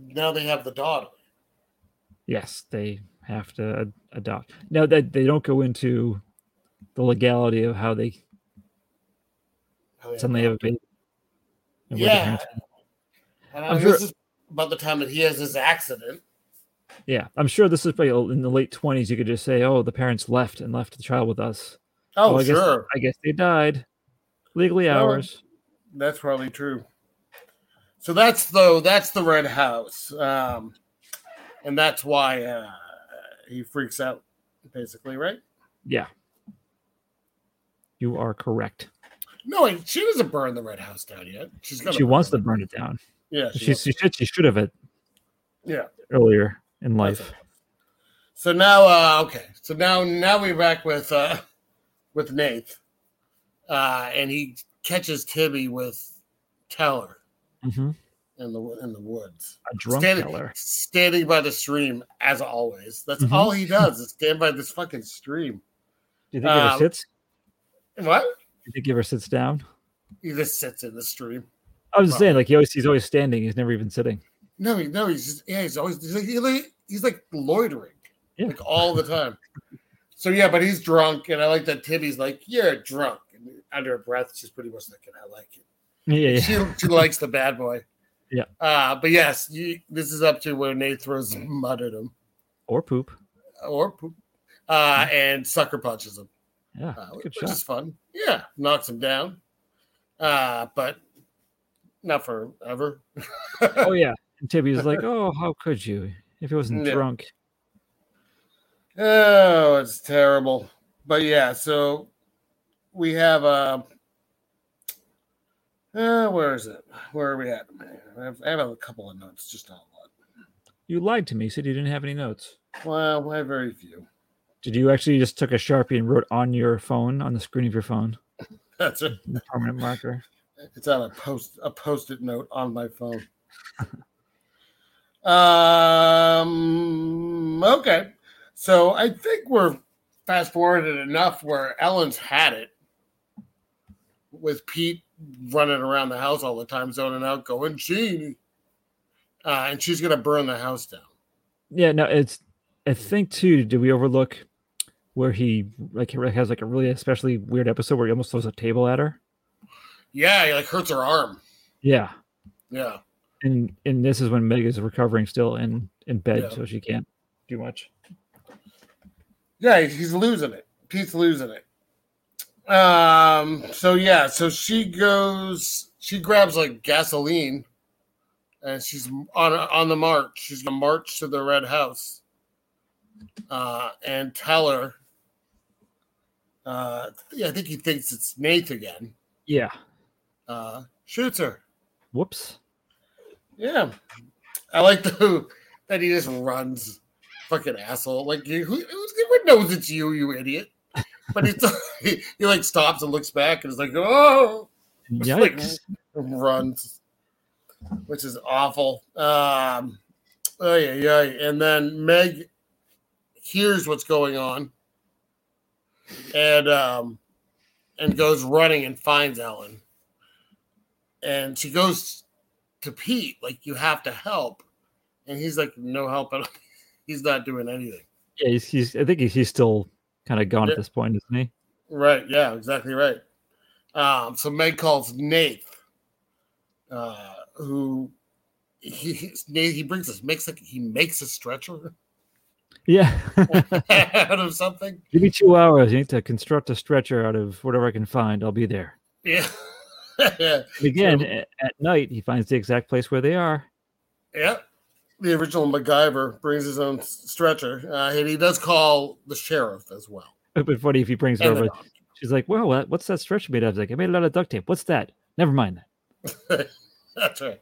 now they have the daughter. Yes, they have to ad- adopt. Now that they don't go into the legality of how they Now they have suddenly the have a baby. and where the Yeah. parents- And I'm i sure- this is about the time that he has his accident. yeah. I'm sure this is probably in the late 20s. You could just say, "Oh, the parents left and left the child with us." Oh, Well, I guess- sure. I guess they died. Legally Well, ours. That's probably true. So that's though that's the red house, um, and that's why uh, he freaks out, basically, right? Yeah. You are correct. No, and she doesn't burn the red house down yet. She's gonna. She wants to burn burn it down. it. Yeah, she She, she said she should have it will. yeah. earlier in life. So now, uh, okay. So now, now we're back with uh, with Nate, uh, and he catches Tibby with Teller hmm in the in the woods. A drunk standing, killer. standing by the stream as always. That's Mhm. all he does is stand by this fucking stream. Do you think he ever Um, sits? What? Do you think he ever sits down? He just sits in the stream. I was just well- saying, like he always he's always standing. He's never *laughs* even sitting. No, he, no, he's just yeah, he's always he's like, he's like- he's like loitering, Yeah. like all the *laughs* time. so yeah, but he's drunk, and I like that Tibby's like, "You're drunk." And under her breath, she's pretty much thinking, "I like it." Yeah, yeah. She, she likes the bad boy. Yeah. Uh, but yes, you, this is up to where Nate throws Mm-hmm. mud at him Or poop. or poop, uh, Mm-hmm. and sucker punches him. Yeah. uh, good which shot. is fun. Yeah, knocks him down, uh, but not forever. Uh, oh yeah. And *laughs* Tibby's like, Oh, how could you? If he wasn't Yeah. drunk. Oh, it's terrible. But yeah, so we have uh, uh where is it? Where are we at? I have, I have a couple of notes, just not a You lied to me, you said you didn't have any notes. lot. Well, I have very few. *laughs* Did you actually just took a sharpie and wrote on your phone on the screen of your phone? That's it. in Permanent marker. It's on a post a post-it note on my phone. *laughs* um okay. So I think we're fast forwarded enough where Ellen's had it with Pete running around the house all the time, zoning out, going Genie. Uh, and she's gonna burn the house down. Yeah, no, it's. I think too. Did we overlook where he like he has like a really especially weird episode where he almost throws a table at her? Yeah, he like hurts her arm. Yeah, Yeah. and and this is when Meg is recovering still in in bed, Yeah. so she can't do much. Yeah, he's losing it. Pete's losing it. Um. So yeah. So she goes. She grabs like gasoline, and she's on on the march. She's gonna march to the red house. Uh, and tell her. Uh, yeah, I think he thinks it's Nate again. Yeah. Uh, shoots her. Whoops. Yeah, I like the *laughs* that he just runs, fucking asshole. Like you, who, who's, everyone knows it's you, you idiot. But he's he, *laughs* he like stops and looks back and is like, oh, It's like- Yikes. and runs, which is awful. Um, oh yeah, yeah. And then Meg hears what's going on, and um, and goes running and finds Ellen, and she goes to Pete like, "You have to help," and he's like, "No help at all." *laughs* He's not doing anything. Yeah, he's, he's. I think he's, he's still kind of gone Yeah. at this point, isn't he? Right. Yeah. Exactly right. Um, so Meg calls Nate, uh, who he he's- Nate, he brings this makes like he makes a stretcher *laughs* Yeah. out of something. *laughs* Give me two hours. You need to construct a stretcher out of whatever I can find. I'll be there. Yeah. *laughs* And again, a- at night, he finds the exact place where they are. yeah. The original MacGyver brings his own s- stretcher, uh, and he does call the sheriff as well. *laughs* It'd be funny if he brings it And the over. She's like, "Well, what- what's that stretch made of?" I like, "I made it out of duct tape." What's that? Never mind. *laughs* that." That's right.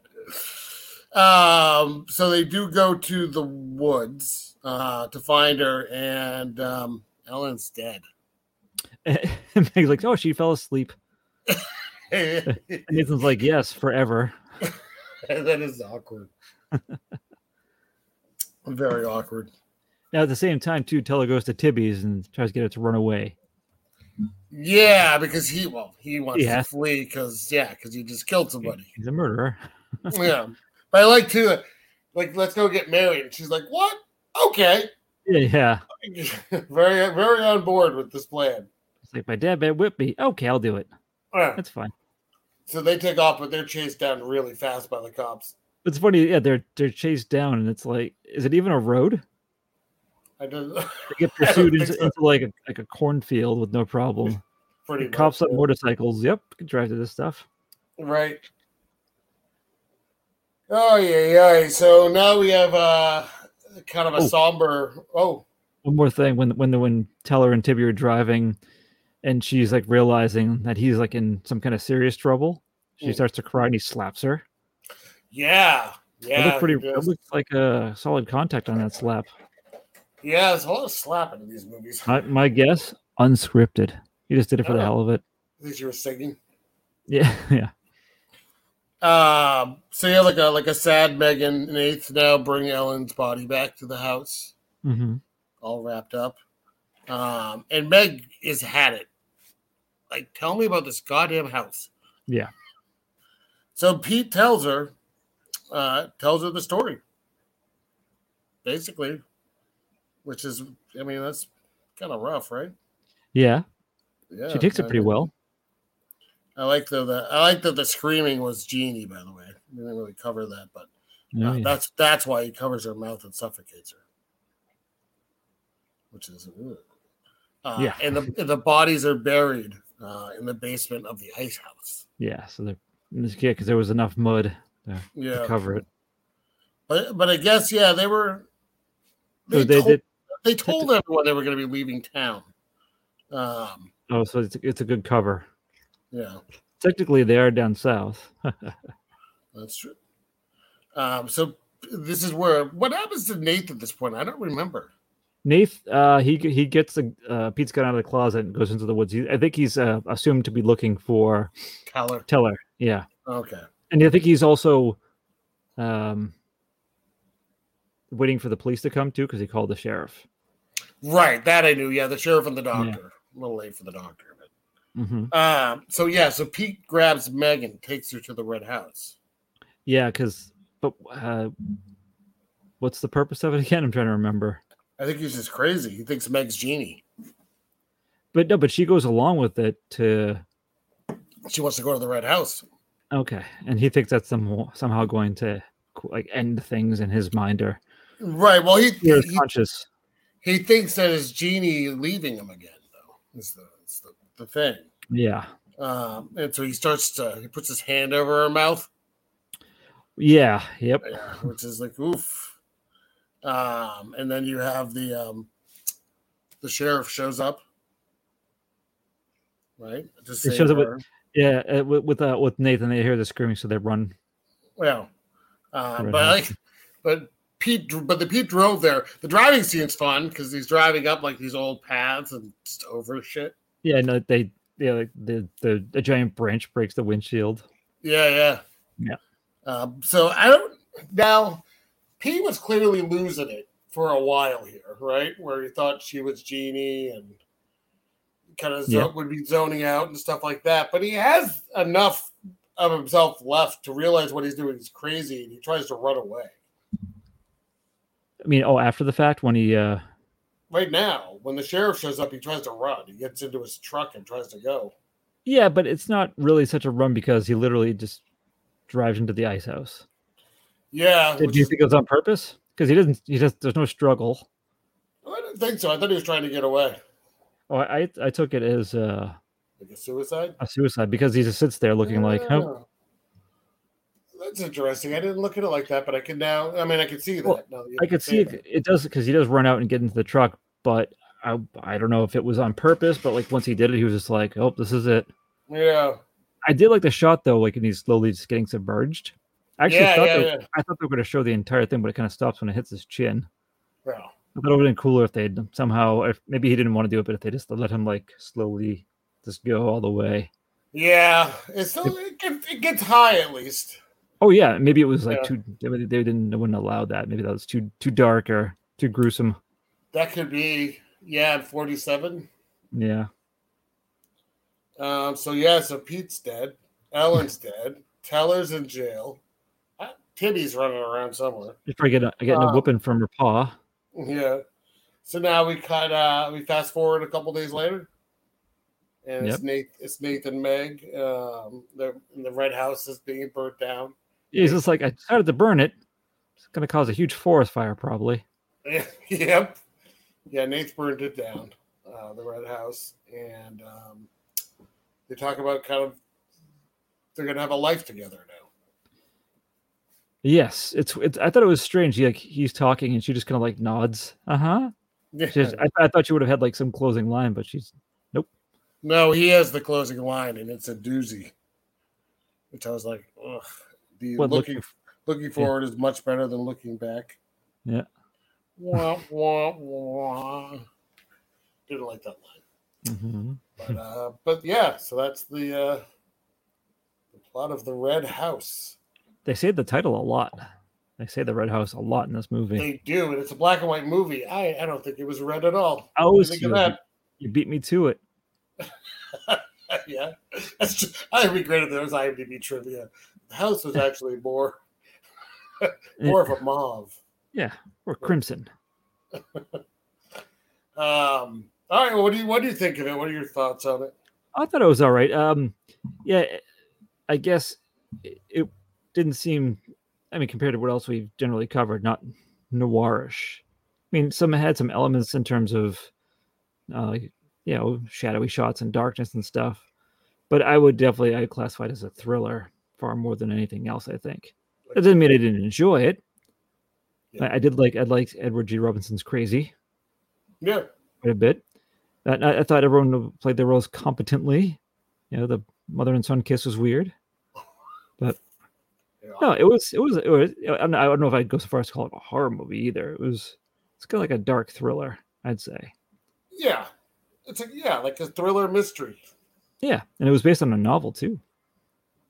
Um, so they do go to the woods uh, to find her, and um, Ellen's dead. *laughs* And Meg's like, "Oh, she fell asleep." that And Nathan's like, "Yes, forever." *laughs* is awkward. Very awkward. Now, at the same time, too, Teller goes to Tibby's and tries to get it to run away. Yeah, because he well he wants Yeah. to flee because yeah because he just killed *laughs* somebody. He's a murderer. yeah, but I like to like let's go get married. And she's like, what? Okay, *laughs* Yeah, yeah. very very on board with this plan. It's like my dad bad whip me. Okay, I'll do it. Yeah. That's fine. So they take off, but they're chased down really fast by the cops. It's funny. Yeah, they're they're chased down, and it's like, is it even a road? I did They get I don't pursued think into, so. into like a, like a cornfield with no problem. *laughs* pretty much. Cops on motorcycles. Yep, can drive to this stuff. Right. Oh yeah, yeah. So now we have uh kind of a Oh. somber. Oh, One more thing, when when the when Teller and Tibby are driving, and she's like realizing that he's like in some kind of serious trouble, she Mm. starts to cry and he slaps her. yeah, It yeah. looked pretty. yes. It looked like a solid contact on that slap. Yeah, there's a lot of slapping in these movies. *laughs* My, my guess, unscripted. He just did it for the Oh. hell of it. *laughs* These you were singing. Yeah, yeah. Um. So yeah, like a like a sad Megan and eighth now bring Ellen's body back to the house, hmm all wrapped up. Um. And Meg is had it. Like, tell me about this goddamn house. Yeah. So Pete tells her, uh, tells her the story, basically, which is, I mean, that's kind of rough, right? Yeah, Yeah, she takes it I pretty mean, well. I like though the I like that the screaming was Genie, by the way. We didn't really cover that, but uh, Oh, Yeah, yeah. that's that's why he covers her mouth and suffocates her, which is ugh. uh, Yeah. And the and the bodies are buried uh, in the basement of the ice house. Yeah, so they're in this because there was enough mud Yeah, to cover it. but but I guess yeah, they were. So they told- did. they told everyone they were going to be leaving town. Um, Oh, so it's, it's a good cover. yeah, Technically, they are down south. that's true. Um, so this is where what happens to Nate at this point? I don't remember. Nath, uh, he g- he gets the uh, Pete's gun out of the closet and goes into the woods. He, I think he's uh, assumed to be looking for Tyler. Teller. Yeah, Okay. and I think he's also um, waiting for the police to come too because he called the sheriff. Right. That I knew. Yeah. The sheriff and the doctor. A little late for the doctor. But, hmm um, so yeah. So Pete grabs Megan, takes her to the red house. Yeah, because but uh, what's the purpose of it *laughs* again? I'm trying to remember. I think he's just crazy. He thinks Meg's genie. But no, but she goes along with it to She wants to go to the red house. Okay, and he thinks that's some, somehow going to like end things in his mind or Right. Well, he or his he, conscious. he thinks that his genie leaving him again, though. Is the is the, the thing. Yeah, Um, and so he starts to he puts his hand over her mouth, yeah, yep. yeah, which is like oof. Um, and then you have the um, the sheriff shows up, right? To save shows up with- her. Yeah, uh, with with, uh, with Nathan, they hear the screaming, so they run. well, uh, Red but I, but Pete, dr- but the Pete drove there. The driving scene's fun because he's driving up like these old paths and just over shit. Yeah, no, they yeah, like the the a giant branch breaks the windshield. Yeah, yeah, Yeah. Um, so I don't now. P was clearly losing it for a while here, right? Where he thought she was Genie and kind of zo- Yeah. would be zoning out and stuff like that. But he has enough of himself left to realize what he's doing is crazy, and he tries to run away. I mean, oh, after the fact when he uh Right now, when the sheriff shows up, he tries to run. He gets into his truck and tries to go. yeah, but it's not really such a run because he literally just drives into the ice house. Yeah, Do which you is- think it was on purpose? Because he doesn't. He just there's no struggle. I didn't think so. I thought he was trying to get away, Oh, I I- I took it as uh, like a suicide. a suicide because he just sits there looking like, oh, Oh. That's interesting. I didn't look at it like that, but I can now. I mean, I can see that. Well, now that you I could see say it, it does because he does run out and get into the truck, but I I don't know if it was on purpose, but like once he did it, he was just like, oh, this is it. that. Yeah. I did like the shot though, like and he's slowly just getting submerged. I actually Yeah, thought yeah, they, yeah. I thought they were going to show the entire thing, but it kind of stops when it hits his chin. Well, I thought it would have been cooler if they would somehow, if maybe he didn't want to do it, but if they just let him like slowly just go all the way. yeah. It's still, it, gets, it gets high at least. Oh yeah, maybe it was like Yeah. too. They, they didn't. They wouldn't allow that. Maybe that was too too dark or too gruesome. That could be, yeah, at 47. Yeah. Um, so, yeah, so Pete's dead. *laughs* Ellen's dead. Teller's in jail. Uh, Tibby's running around somewhere. Just probably getting a, getting a Um, whooping from her paw. Yeah. So now we cut. Uh, we fast forward a couple days later, and it's Yep. Nate. It's Nathan Meg. Um, the the red house is being burnt down. *laughs* He's just like, I decided to burn it. It's going to cause a huge forest fire, probably. yep. yeah, Nath burned it down, uh, the Red House, and um, they talk about kind of they're gonna have a life together now. *laughs* Yes, it's. It, I thought it was strange. He, like he's talking, and she just kind of like nods. Uh huh. Yeah. I, I thought she would have had like some closing line, but she's No, he has the closing line, and it's a doozy. Which I was like, ugh. The What, looking looking looking, forward is much better than looking back. Yeah. Wah, wah, wah. Didn't like that line, mhm. *laughs* but uh, but yeah. So that's the uh, the plot of the Red House. they say the title a lot. They say the Red House a lot in this movie. They do, and it's a black and white movie. I I don't think it was red at all. What do I you always think see of it. that. You beat me to it. yeah, *laughs* that's true. I regretted there was IMDb trivia. The house was actually more *laughs* more of a mauve. Yeah, or Crimson. Um, all right. Well, what do you what do you think of it? What are your thoughts on it? I thought it was all right. Um, yeah, I guess it, it didn't seem. I mean, compared to what else we've generally covered, not noirish. I mean, some had some elements in terms of, uh, you know, shadowy shots and darkness and stuff. But I would definitely I classify it as a thriller far more than anything else. I think that doesn't mean I didn't enjoy it. Yeah. I, I did like I liked Edward G. Robinson's Crazy Yeah, quite a bit. I, I- I thought everyone played their roles competently. You know, the mother and son kiss was weird. yeah. No, it was it was it was. I don't know, I don't know if I'd go so far as to call it a horror movie either. It was it's kind of like a dark thriller, I'd say. Yeah. It's like yeah, like a thriller mystery. Yeah, and it was based on a novel too.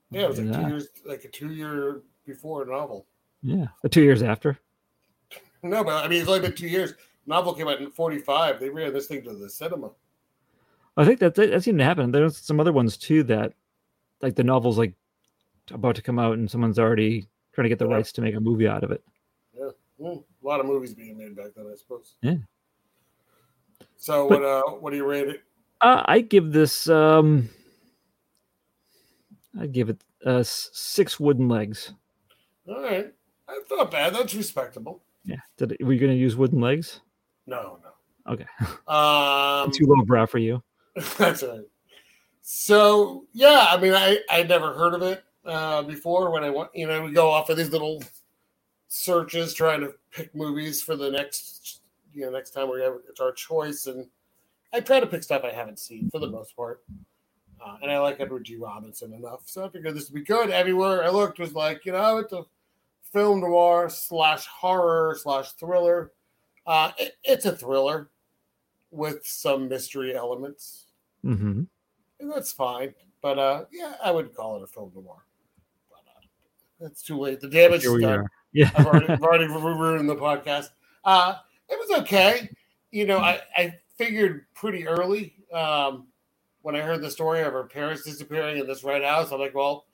Yeah, it was like Yeah. two years, like a two year before novel. Yeah, Uh, two years after. No, but I mean, it's only been two years. Novel came out in forty five. They ran this thing to the cinema. I think that that, that seemed to happen. There's some other ones too that, like the novel's like about to come out and someone's already trying to get the Yeah. rights to make a movie out of it. Hmm, a lot of movies being made back then, I suppose. Yeah. So But- what? Uh, what do you rate it? Uh, I give this. um I give it uh, s- six wooden legs. All right, that's not bad. That's respectable. Yeah. Did it, were you going to use wooden legs? No, no. Okay. Um, Too low brow for you. *laughs* That's right. So yeah, I mean, I I never heard of it uh, before. When I went, you know, we go off of these little searches trying to pick movies for the next, you know, next time we have it's our choice, and I try to pick stuff I haven't seen for the most part. Uh, and I like Edward G. Robinson enough, so I figured this would be good. Everywhere I looked was like, you know, it's a film noir slash horror slash thriller. Uh, it- it's a thriller with some mystery elements hmm and that's fine. But uh, yeah, I would call it a film noir. But uh, it's too late. The damage Here is we done. are. Yeah. I've already, I've already ru- ruined the podcast. Uh, it was okay. You know, I, I figured pretty early um, when I heard the story of her parents disappearing in this red house. I'm like, well,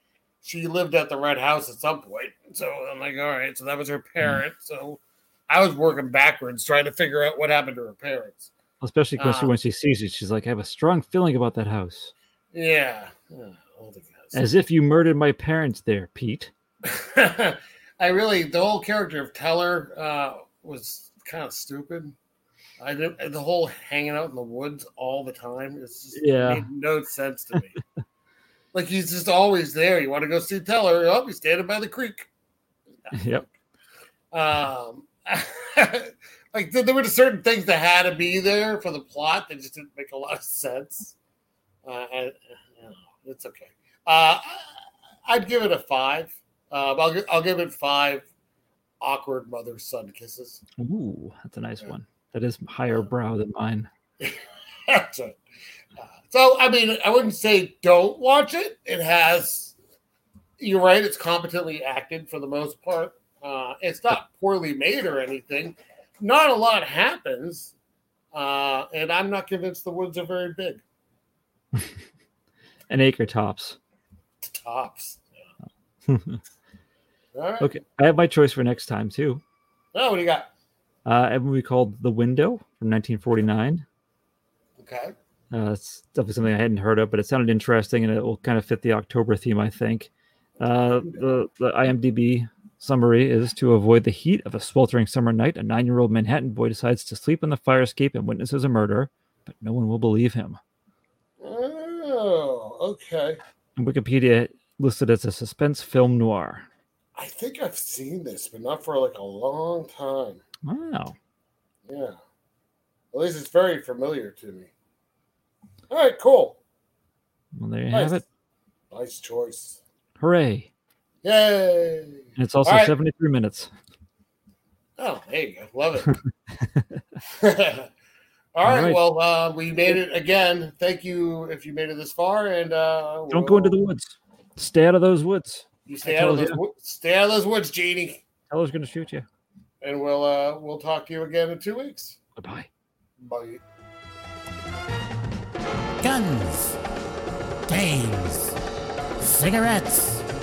she lived at the red house at some point. So I'm like, all right. So that was her Mm. parent. So I was working backwards trying to figure out what happened to her parents. Especially because she, Uh, when she sees it, she's like, I have a strong feeling about that house. Yeah. Yeah, all the guys. As if you murdered my parents there, Pete. *laughs* I really the whole character of Teller uh, was kind of stupid. I did the whole hanging out in the woods all the time. It's just, Yeah. made no sense to me. *laughs* like he's just always there. You want to go see Teller? Oh, he's standing by the creek. yep. Um, *laughs* like there there were certain things that had to be there for the plot that just didn't make a lot of sense. Uh, I, I don't know. it's okay. Uh, I- I'd give it a five. Uh, but I'll, gi- I'll give it five awkward mother son kisses. Ooh, that's a nice Yeah. Uh, one. That is higher brow than mine. That's it. Uh, so I mean, I wouldn't say don't watch it. It has. You're right. It's competently acted for the most part. Uh, it's not poorly made or anything. Not a lot happens, uh, and I'm not convinced the woods are very big. An acre tops. *laughs* Tops. okay. All right. I have my choice for next time, too. Now what do you got? Uh, I have a movie called The Window from 1949. Okay. Uh, it's definitely something I hadn't heard of, but it sounded interesting and it will kind of fit the October theme, I think. Uh, the, the IMDb Summary is to avoid the heat of a sweltering summer night, a nine year old Manhattan boy decides to sleep on the fire escape and witnesses a murder, but no one will believe him. Oh, okay. And Wikipedia listed as a suspense film noir. I think I've seen this, but not for like a long time. Wow. Yeah. At least it's very familiar to me. All right, cool. Well, there you Nice. have it. Nice choice. Hooray. Yay. And it's also All right. 73 minutes. Oh, there you go. Love *laughs* it. *laughs* All All right, right. Well, uh, we made it again. Thank you if you made it this far. And uh, Don't go into the woods. Stay out of those woods. You stay I out of told those. wo- Stay out of those woods, Jeannie. Teller's going to shoot you. And we'll uh, we'll talk to you again in two weeks. Goodbye. Bye. Guns. Games. Cigarettes.